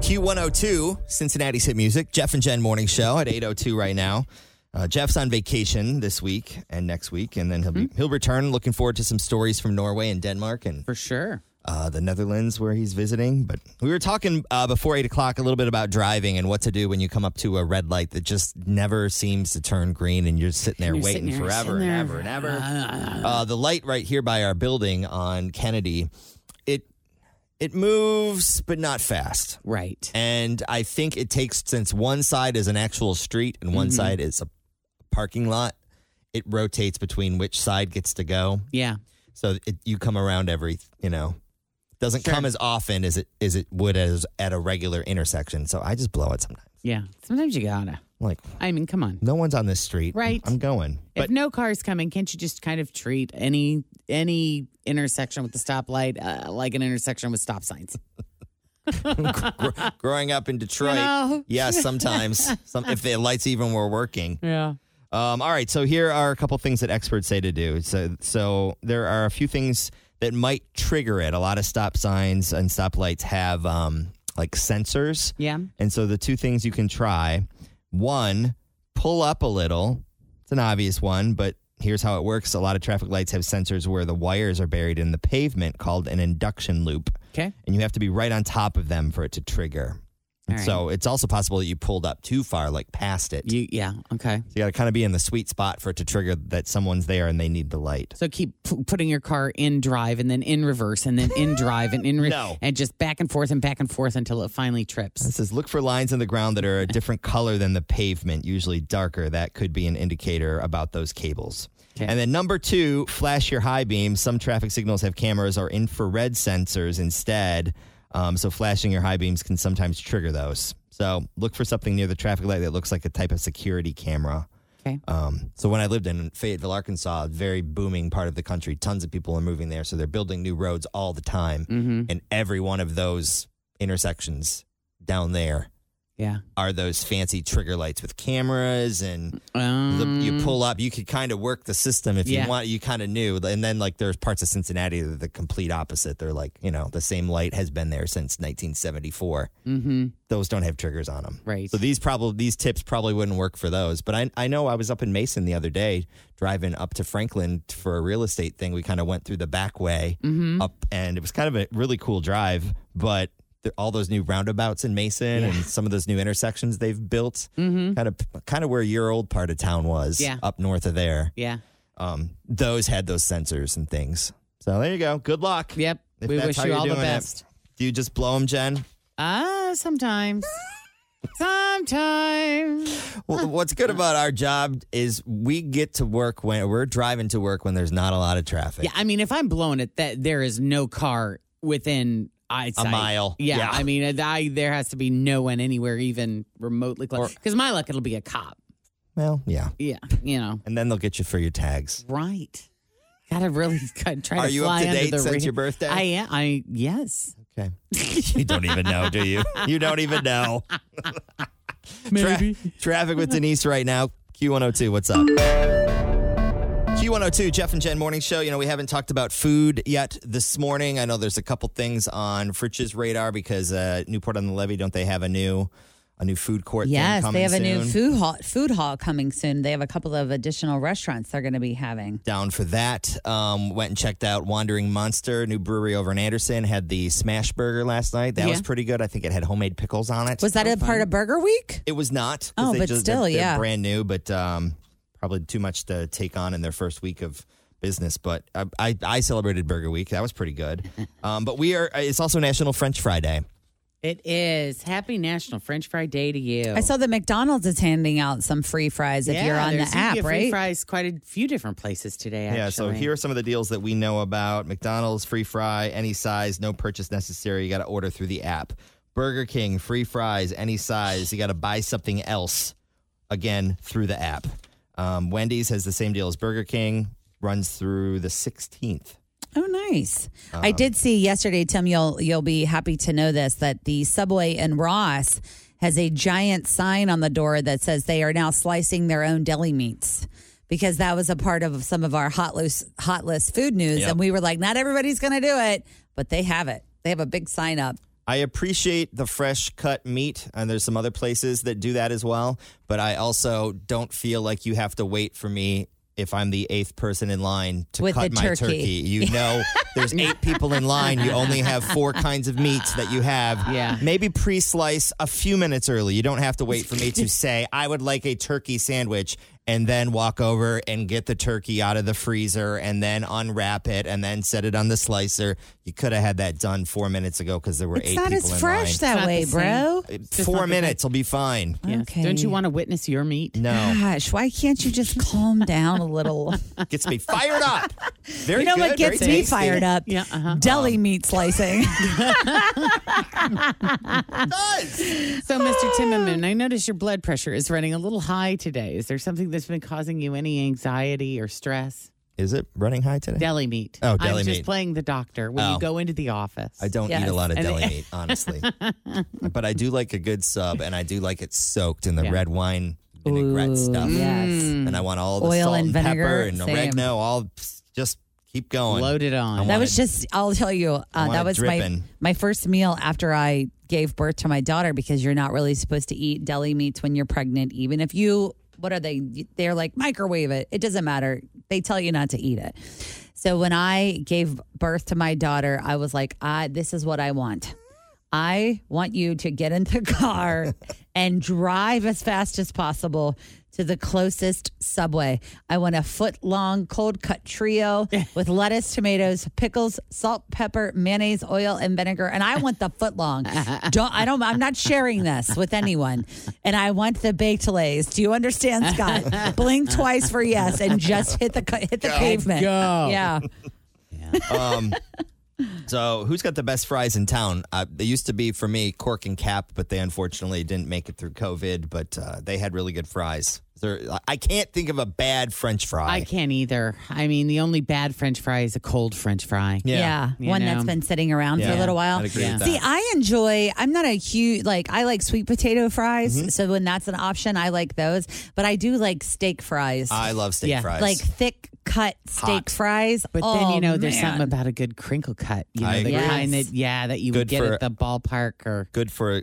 Q102, Cincinnati's hit music, Jeff and Jen Morning Show at 802 right now. Uh, Jeff's on vacation this week and next week, and then he'll be, he'll return. Looking forward to some stories from Norway and Denmark, and
Hmm. for sure
uh, the Netherlands where he's visiting. But we were talking uh, before eight o'clock a little bit about driving and what to do when you come up to a red light that just never seems to turn green, and you're sitting there
You're
waiting
sitting there,
forever
sitting
and
there. Ah,
ever and ever. Uh, the light right here by our building on Kennedy, it it moves but not fast
right
and i think it takes since one side is an actual street and one
Mhm.
side is a parking lot it rotates between which side gets to go
Yeah.
so it, you come around every you know doesn't
Sure.
come as often as it as it would as at a regular intersection so i just blow it sometimes
Yeah. Sometimes you gotta.
like
I mean, come on.
no one's on this street
Right.
i'm going
if no car's coming, can't you just kind of treat any any intersection with the stoplight uh, like an intersection with stop signs?
growing up in detroit
know?
yes sometimes some if the lights even were working
Yeah.
Um, all right, so here are a couple things that experts say to do. So, so there are a few things that might trigger it. A lot of stop signs and stoplights have um, like sensors.
Yeah.
And so the two things you can try one, pull up a little. It's an obvious one, but here's how it works a lot of traffic lights have sensors where the wires are buried in the pavement called an induction loop.
Okay.
And you have to be right on top of them for it to trigger.
All right.
So it's also possible that you pulled up too far, like past it.
You, yeah. Okay.
So you got to kind of be in the sweet spot for it to trigger that someone's there and they need the light.
So keep p- putting your car in drive and then in reverse and then in drive and in re-
No.
and just back and forth and back and forth until it finally trips.
It says look for lines in the ground that are a different color than the pavement, usually darker. That could be an indicator about those cables. And then number two, flash your high beams. Some traffic signals have cameras or infrared sensors instead. Um, so flashing your high beams can sometimes trigger those. So look for something near the traffic light that looks like a type of security camera.
Okay.
Um, so when I lived in Fayetteville, Arkansas, a very booming part of the country, tons of people are moving there. So they're building new roads all the time. And every one of those intersections down there
Yeah.
are those fancy trigger lights with cameras and the, you pull up. You could kind of work the system if
Um, Yeah.
you want. You kind of knew. And then like there's parts of Cincinnati that are the complete opposite. They're like, you know, the same light has been there since 1974
Mm-hmm.
those don't have triggers on them.
Right.
So these probably these tips probably wouldn't work for those. But I I know I was up in Mason the other day driving up to Franklin for a real estate thing. We kind of went through the back way
Mm-hmm.
up, and it was kind of a really cool drive. But there, all those new roundabouts in Mason and some of those new intersections they've built, kind of kind of where your old part of town was,
Mm-hmm. Yeah.
up north of there.
Yeah.
Um, those had those sensors and things. So there you go. Good luck.
Yep.
If
We
that's
wish
how
you
you're
all the
doing it.
best.
Do you just blow them, Jen?
Ah, sometimes. sometimes.
Well, what's good about our job is we get to work when we're driving to work when there's not a lot of traffic.
Yeah, I mean, if I'm blowing it, that there is no car within eyesight.
mile.
Yeah,
Yeah.
I mean, I, there has to be no one anywhere even remotely close. Because my luck, it'll be a cop.
Well, yeah.
Yeah, you know,
And then they'll get you for your tags.
right. Gotta really try to
Are you up
fly
to
under
date
the
since
ra-
your birthday?
I am. I yes.
Okay. you don't even know, do you? You don't even know. Maybe. traffic with Denise right now. Q102, what's up? Q102, Jeff and Jen Morning Show. You know, we haven't talked about food yet this morning. I know there's a couple things on Fritch's radar because uh, Newport on the Levy, don't they have a new a new food court thing
Yes,
coming
they have a new
soon?
food hall, food hall coming soon. They have a couple of additional restaurants they're going to be having.
down for that. Um, went and checked out Wandering Monster, new brewery over in Anderson. Had the smash burger last night. That
Yeah.
was pretty good. I think it had homemade pickles on it.
Was that a part of Burger Week?
It was not. 'cause
Oh,
they
but
just- they're-
still,
they're
yeah.
brand new, but um, probably too much to take on in their first week of business. But I, I, I celebrated Burger Week. That was pretty good. um, but we are. It's also National French Fry Day.
It is happy National French Fry Day to you.
I saw that McDonald's is handing out some free fries if you're
Yeah,
on
there
the
seemed to
app,
be a free
right?
Fries quite a few different places today. Actually.
Yeah, so here are some of the deals that we know about McDonald's, free fry, any size, no purchase necessary. You got to order through the app. Burger King, free fries, any size. You got to buy something else, again, through the app. Um, Wendy's has the same deal as Burger King, runs through the 16th.
Oh, nice.
Um,
I did see yesterday, Tim. You'll you'll be happy to know this that the Subway in Ross has a giant sign on the door that says they are now slicing their own deli meats because that was a part of some of our hot loose hot list food news,
Yep.
and we were like, not everybody's going to do it, but they have it. They have a big sign up.
I appreciate the fresh cut meat, and there's some other places that do that as well. But I also don't feel like you have to wait for me if I'm the eighth person in line to
With
cut
the
my turkey.
turkey.
You know, there's eight people in line. You only have four kinds of meats that you have.
Yeah.
Maybe pre slice a few minutes early. You don't have to wait for me to say, I would like a turkey sandwich. And then walk over and get the turkey out of the freezer and then unwrap it and then set it on the slicer. You could have had that done four minutes ago because there were
It's
eight
not
people
as
in
fresh
line.
that
not
way,
the same.
bro.
just not
Four
the
minutes will be fine.
Yes.
Okay.
Don't you want to witness your meat?
No,
Gosh, why can't you just calm down a little?
gets me fired up. Very
you know
good,
what
very
gets me
tasty. Um,
fired up?
Yeah. Uh-huh.
Deli meat slicing.
So, Mr. Timmerman, I notice your blood pressure is running a little high today. Is there something that's been causing you any anxiety or stress?
Is it running high today?
Deli meat.
Oh, deli
I'm just
meat.
playing the doctor when
Oh.
you go into the office.
I don't eat
Yes.
a lot of
And-
deli meat, honestly, but I do like a good sub, and I do like it soaked in the
Yeah.
red wine vinaigrette
Ooh,
stuff.
yes.
and I want all the
Oil
salt
and
pepper
vinegar,
and
same.
oregano. All just keep going.
Loaded on.
want
That was
it-
just, I'll tell
I
you, uh,
want it
that was
dripping.
my, my first meal after I gave birth to my daughter because you're not really supposed to eat deli meats when you're pregnant, even if you, what are they? They're like, microwave it. It doesn't matter. They tell you not to eat it. So when I gave birth to my daughter, I was like, I, this is what I want. I want you to get in the car and drive as fast as possible to the closest subway. I want a foot long cold cut trio with lettuce, tomatoes, pickles, salt, pepper, mayonnaise, oil, and vinegar. And I want the foot long. Don't I don't I'm not sharing this with anyone. And I want the baked lays. Do you understand, Scott? Blink twice for yes and just hit the cu- hit the pavement.
Go.
Yeah.
Um, so who's got the best fries in town? Uh, they used to be for me Cork and Cap, but they unfortunately didn't make it through COVID. But uh, they had really good fries. There, I can't think of a bad French fry.
I can't either. I mean, the only bad French fry is a cold French fry.
Yeah,
You
one
know?
that's been sitting around for
Yeah,
a little while.
I'd agree with that.
See, I enjoy. I'm not a huge like. I like sweet potato fries,
Mm-hmm.
so when that's an option, I like those. But I do like steak fries,
I love steak
Yeah.
fries.
like thick cut steak
Hot.
fries.
But then you know, there's something about a good crinkle cut. You know,
I
the
agree.
kind
Oh, Yes.
that yeah, that you
Good
would get
for-
at the ballpark or
good for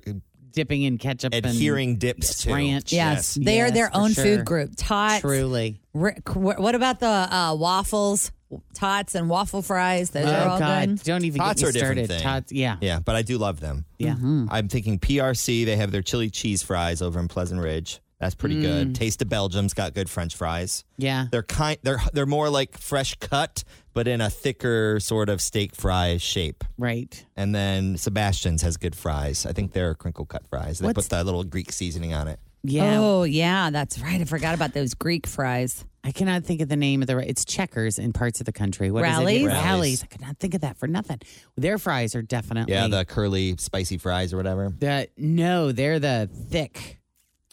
dipping in ketchup
adhering dips
and
to
ranch.
Yes, they are
Yes,
their
for
own
sure.
food group. Tots.
Truly.
ri- qu- what about the uh, waffles, tots, and waffle fries? Those are
oh
all
God!
good.
Don't even
Tots
get
are a
me
different
started.
thing.
Tots, yeah,
Yeah, but I do love them.
yeah.
I'm thinking PRC. They have their chili cheese fries over in Pleasant Ridge. That's pretty good. Taste of Belgium's got good French fries.
Mm. Yeah.
They're kind. They're they're more like fresh cut, but but in a thicker sort of steak fry shape.
Right.
And then Sebastian's has good fries. I think they're crinkle cut fries. They
What's-
put that little Greek seasoning on it.
Yeah.
Oh, yeah, that's right. I forgot about those Greek fries.
I cannot think of the name of the. It's Checkers in parts of the country. What is it?
Rallies?
Rallies.
Rallies.
I could not think of that for nothing. Their fries are definitely.
Yeah, the curly spicy fries or whatever.
the- no, they're the thick.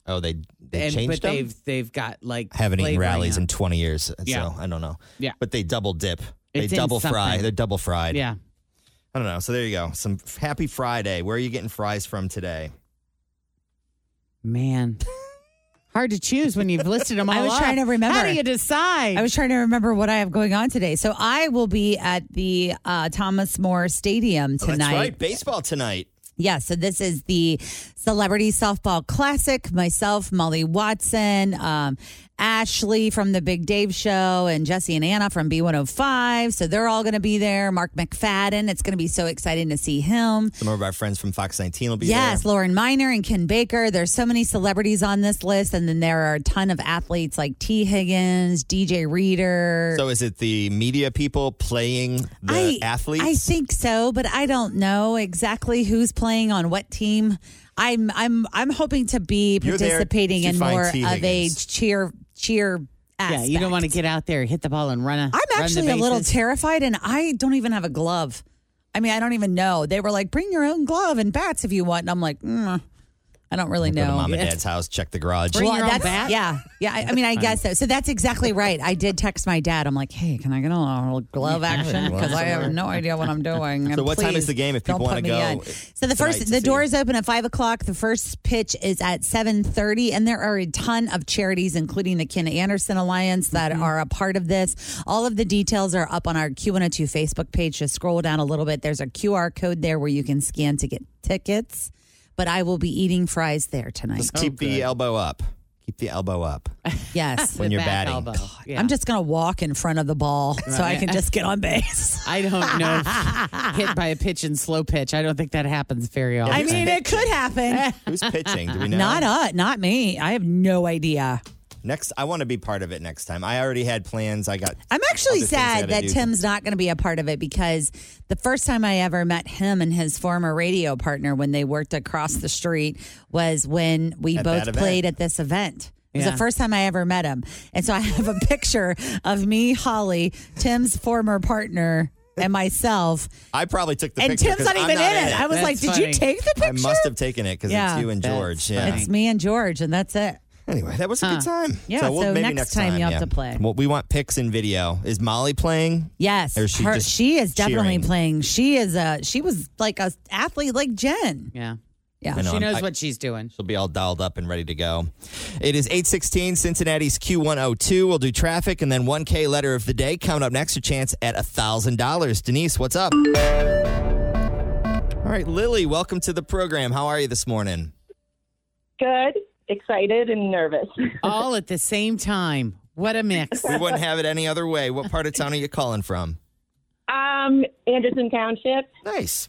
Oh, they they
and,
changed
but
them.
they've they've got like
I haven't eaten
flavor
rallies
now.
in 20 years,
Yeah.
so I don't know.
Yeah.
But they double dip.
It's
they
in
double fry.
something.
They're double fried.
Yeah.
I don't know. So there you go. Some happy Friday. Where are you getting fries from today? Oh,
Man. Hard to choose when you've listed them all
I was
up.
trying to remember.
How do you decide?
I was trying to remember what I have going on today. So I will be at the uh, Thomas More Stadium
Oh,
tonight.
that's right. Baseball tonight.
Yeah, so this is the Celebrity Softball Classic. Myself, Molly Watson, um, Ashley from The Big Dave Show, and Jesse and Anna from B105. So they're all going to be there. Mark McFadden. It's going to be so exciting to see him.
Some of our friends from Fox 19 will be
Yes,
there.
Lauren Miner and Ken Baker. There's so many celebrities on this list, and then there are a ton of athletes like T. Higgins, DJ Reader.
So is it the media people playing the athletes?
I think so, but I don't know exactly who's playing on what team. I'm I'm I'm hoping to be
You're there
participating
to
in
find
more
T.
of a
Higgins.
cheer cheer
Yeah,
aspect.
you don't want to get out there, hit the ball, and run. A,
I'm
run the
actually a little
bases.
terrified and I don't even have a glove. I mean, I don't even know. They were like, "Bring your own glove and bats if you want." And I'm like, mm, I don't really
Go to
know.
mom and dad's house, check the garage.
Well, that's- Yeah, yeah. I, I mean, I guess so. So that's exactly right. I did text my dad. I'm like, "Hey, can I get a little glove action? Because I have no idea what I'm doing."
So
And
what time is
please
the game if
don't
people wanna
put me
go
in. So the
tonight
first,
to
the
see
doors open at five o'clock. The first pitch is at seven thirty, and there are a ton of charities, including the Ken Anderson Alliance, that
Mm-hmm.
are a part of this. All of the details are up on our Q102 Facebook page. Just scroll down a little bit. There's a QR code there where you can scan to get tickets. But I will be eating fries there tonight.
Just keep the elbow up. Keep the elbow up.
Yes.
When The you're back batting. elbow. God,
I'm just going to walk in front of the ball so I can just get on base.
I don't know. if hit by a pitch and slow pitch. I don't think that happens very often.
I mean, it could happen.
Who's pitching? Do we know?
Not us, not me. I have no idea.
Next, I want to be part of it next time. I already had plans. I got.
I'm actually
other things I
sad
gotta
that
do.
Tim's not going to be a part of it because the first time I ever met him and his former radio partner when they worked across the street was when we
At that
both
event.
played at this event. It was
Yeah.
the first time I ever met him. And so I have a picture of me, Holly, Tim's former partner, and myself.
I probably took the
And
picture.
Tim's
'cause
not
I'm
even in it. I was That's like, did you funny. take the
I must have taken it because it's you and George. Yeah.
It's me and George, and that's it.
Anyway, that was a good time.
Yeah, so,
we'll- maybe
next, time, you have
yeah.
to play.
Well, we want pics and video. Is Molly playing?
Yes,
Or is she
she, her,
just
she is definitely
cheering?
playing. She is a she was like a athlete like Jen.
Yeah.
Yeah.
I know,
She
I'm-
knows
I-
what she's doing.
She'll be all dialed up and ready to go. It is 816 Cincinnati's Q102. We'll do traffic and then 1K letter of the day. Coming up next, a chance at $1,000. Denise, what's up? All right, Lily, welcome to the program. How are you this morning?
Good, excited, and nervous.
All at the same time. What a mix.
We wouldn't have it any other way. What part of town are you calling from?
Um, Anderson Township.
Nice.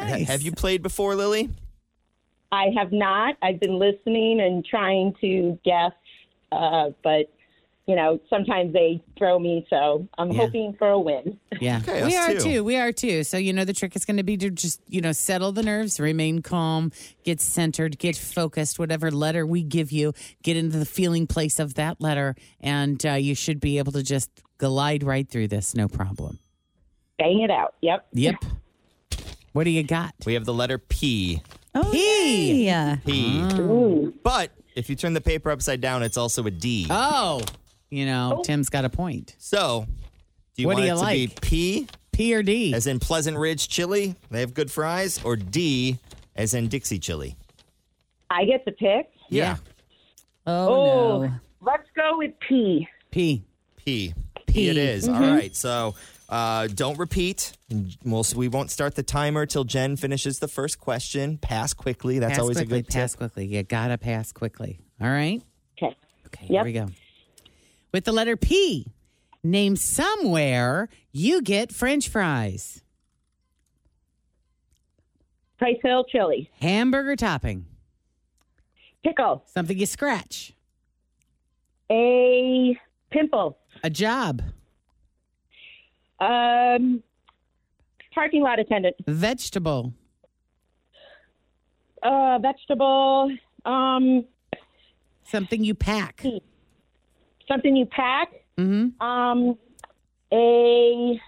Ha- Have you played before, Lily?
I have not. I've been listening and trying to guess, uh, but you know, sometimes they throw me, so I'm hoping for a win.
Yeah.
Okay,
we
us
are
too.
too. We are too. So, you know, the trick is going to be to just, you know, settle the nerves, remain calm, get centered, get focused, whatever letter we give you, get into the feeling place of that letter. And uh, you should be able to just glide right through this. No problem.
Bang it out. Yep.
Yep. What do you got?
We have the letter P.
Oh, P. Yeah.
P.
Mm.
But if you turn the paper upside down, it's also a D.
Oh, you know, Tim's got a point.
So, do you
What do
want
you
it to
like?
be P?
P or D?
As in Pleasant Ridge chili, they have good fries, or D, as in Dixie chili.
I get to pick.
Yeah.
Oh, let's go with P.
P.
P. P it is.
Mm-hmm.
All
Mhm.
right. So uh, don't repeat. We'll, we won't start the timer till Jen finishes the first question. Pass quickly. That's
Pass
always
quickly,
a good
pass
tip.
quickly. You gotta pass quickly. All right.
Okay.
Okay. Here we go. With the letter P, name somewhere you get French fries,
Price Hill chili.
hamburger topping,
pickle,
something you scratch,
a pimple,
a job,
Um, parking lot attendant.
Vegetable.
Uh, vegetable. Um,
something you pack.
Something you pack.
Mm-hmm.
Um, a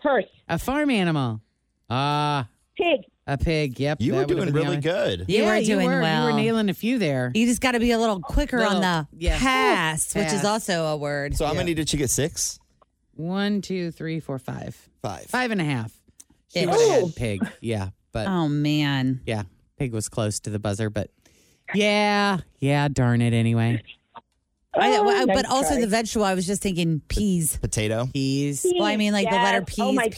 purse.
A farm animal. Ah.
pig.
A pig. Yep.
You were
that would've
doing
been the
really
only-
good.
You
yeah,
were doing
you were,
well.
You were nailing a few there.
You just got to be a little quicker on
Little-
the
yeah.
pass, which is
Pass.
also a word.
So how many did she get? Six?
One, two, three, four, five.
Five.
Five and a half. She
Ish.
would have
Oh.
had pig. Yeah. But
Oh man.
yeah, pig was close to the buzzer, but yeah, yeah, darn it anyway.
I-
Oh,
I-
nice
but also
try.
the vegetable. I was just thinking peas.
Potato.
Peas.
Well, I mean, like the letter
Yes.
P's.
Oh my
peas.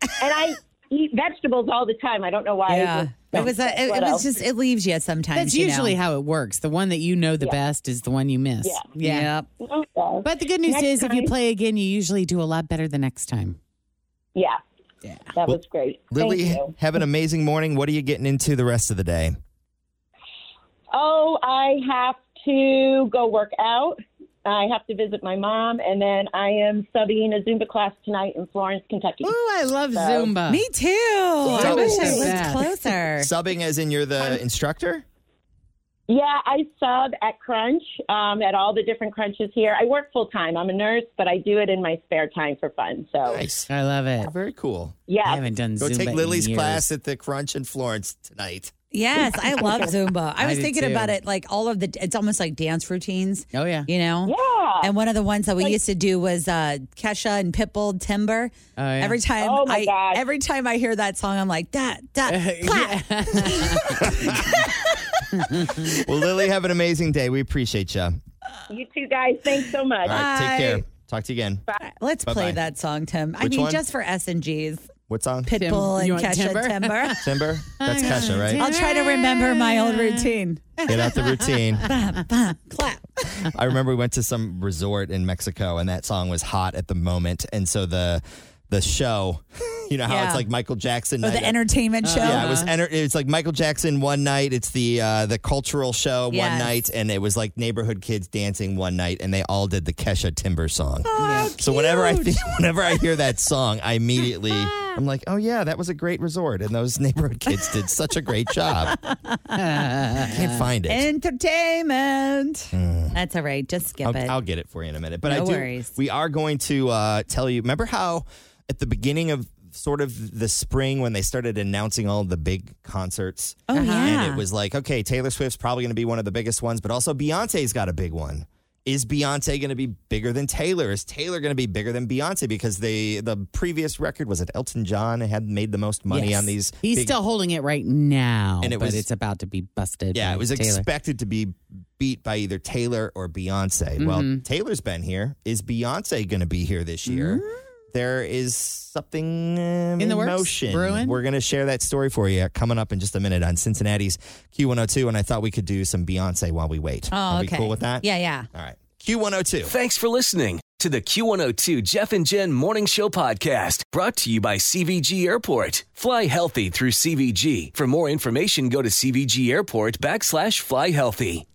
gosh! and I eat vegetables all the time. I don't know why.
Yeah. It was. A, it, it
What
was
else?
just. It leaves you sometimes.
That's
you know.
usually how it works. The one that you know the best is the one you miss.
Yeah.
Yeah.
Okay.
But the good news
Next
is, if you
time-
play again, you usually do a lot better the next time.
yeah,
Yeah.
that
Well,
was great.
Lily,
Thank you.
have an amazing morning. What are you getting into the rest of the day?
Oh, I have to go work out. I have to visit my mom, and then I am subbing a Zumba class tonight in Florence, Kentucky.
Ooh, I love
So-
Zumba.
Me too. I
Zumba
wish I
is
lived
best.
closer.
Subbing as in you're the instructor?
Yeah, I sub at Crunch um, at all the different crunches here. I work full time. I'm a nurse, but I do it in my spare time for fun. So,
Nice.
I love it.
Very cool.
I
yeah,
haven't done
Go
Zumba
take
in
Lily's
years.
class at the Crunch in Florence tonight.
Yes, I love Zumba. I
I
was
do
thinking
too.
about it, like all of the. It's almost like dance routines.
Oh yeah.
You know.
yeah.
And one of the ones that we used to do was uh, Kesha and Pitbull Timber.
Oh, yeah.
Every time
Oh, my
I
gosh.
every time I hear that song, I'm like, da da clap.
Well, Lily, have an amazing day. We appreciate you. All
you two guys, thanks so much.
right,
Bye.
take care. Talk to you again.
Let's
Bye-bye.
play that song, Tim. I
Which
mean,
one?
just for S and G's,
What song?
Pitbull
you
and
want
Kesha
Timber?
Timber.
Timber? That's Kesha, right?
I'll try to remember my old routine.
Get out the routine.
Bum, bum, clap.
I remember we went to some resort in Mexico and that song was hot at the moment. And so the the show, you know how
Yeah.
it's like Michael Jackson.
Or
night
Oh, the
at-
entertainment
Uh,
show.
Yeah, it was enter- it's like Michael Jackson one night, it's the uh, the cultural show one
Yes.
night, and it was like neighborhood kids dancing one night, and they all did the Kesha Timber song. so whenever I think, whenever I hear that song, I immediately I'm like, oh yeah, that was a great resort, and those neighborhood kids did such a great job. I can't find it.
Entertainment. That's all right. Just skip it.
Mm. I'll, I'll get it for you in a minute. But
No
I do.
worries.
We are going to uh, tell you. Remember how at the beginning of sort of the spring when they started announcing all the big concerts,
oh
and
yeah.
it was like, okay, Taylor Swift's probably going to be one of the biggest ones, but also Beyonce's got a big one. Is Beyonce going to be bigger than Taylor? Is Taylor going to be bigger than Beyonce? Because they the previous record was it Elton John had made the most money
Yes.
on these.
He's
big-
still holding it right now,
And it
but
was-
it's about to be busted.
Yeah,
by
it was
Um, Taylor.
expected to be beat by either Taylor or Beyonce. Well,
Mm-hmm.
Taylor's been here. Is Beyonce going to be here this year? There is something uh,
Mm-hmm. In the works?
motion.
Brewing?
We're going to share that story for you coming up in just a minute on Cincinnati's Q102. And I thought we could do some Beyonce while we wait.
oh
Are we
okay.
cool with that?
Yeah, yeah.
All right. Q102.
Thanks for listening to the Q102 Jeff and Jen Morning Show podcast brought to you by CVG Airport. Fly healthy through CVG. For more information, go to CVG Airport backslash fly healthy.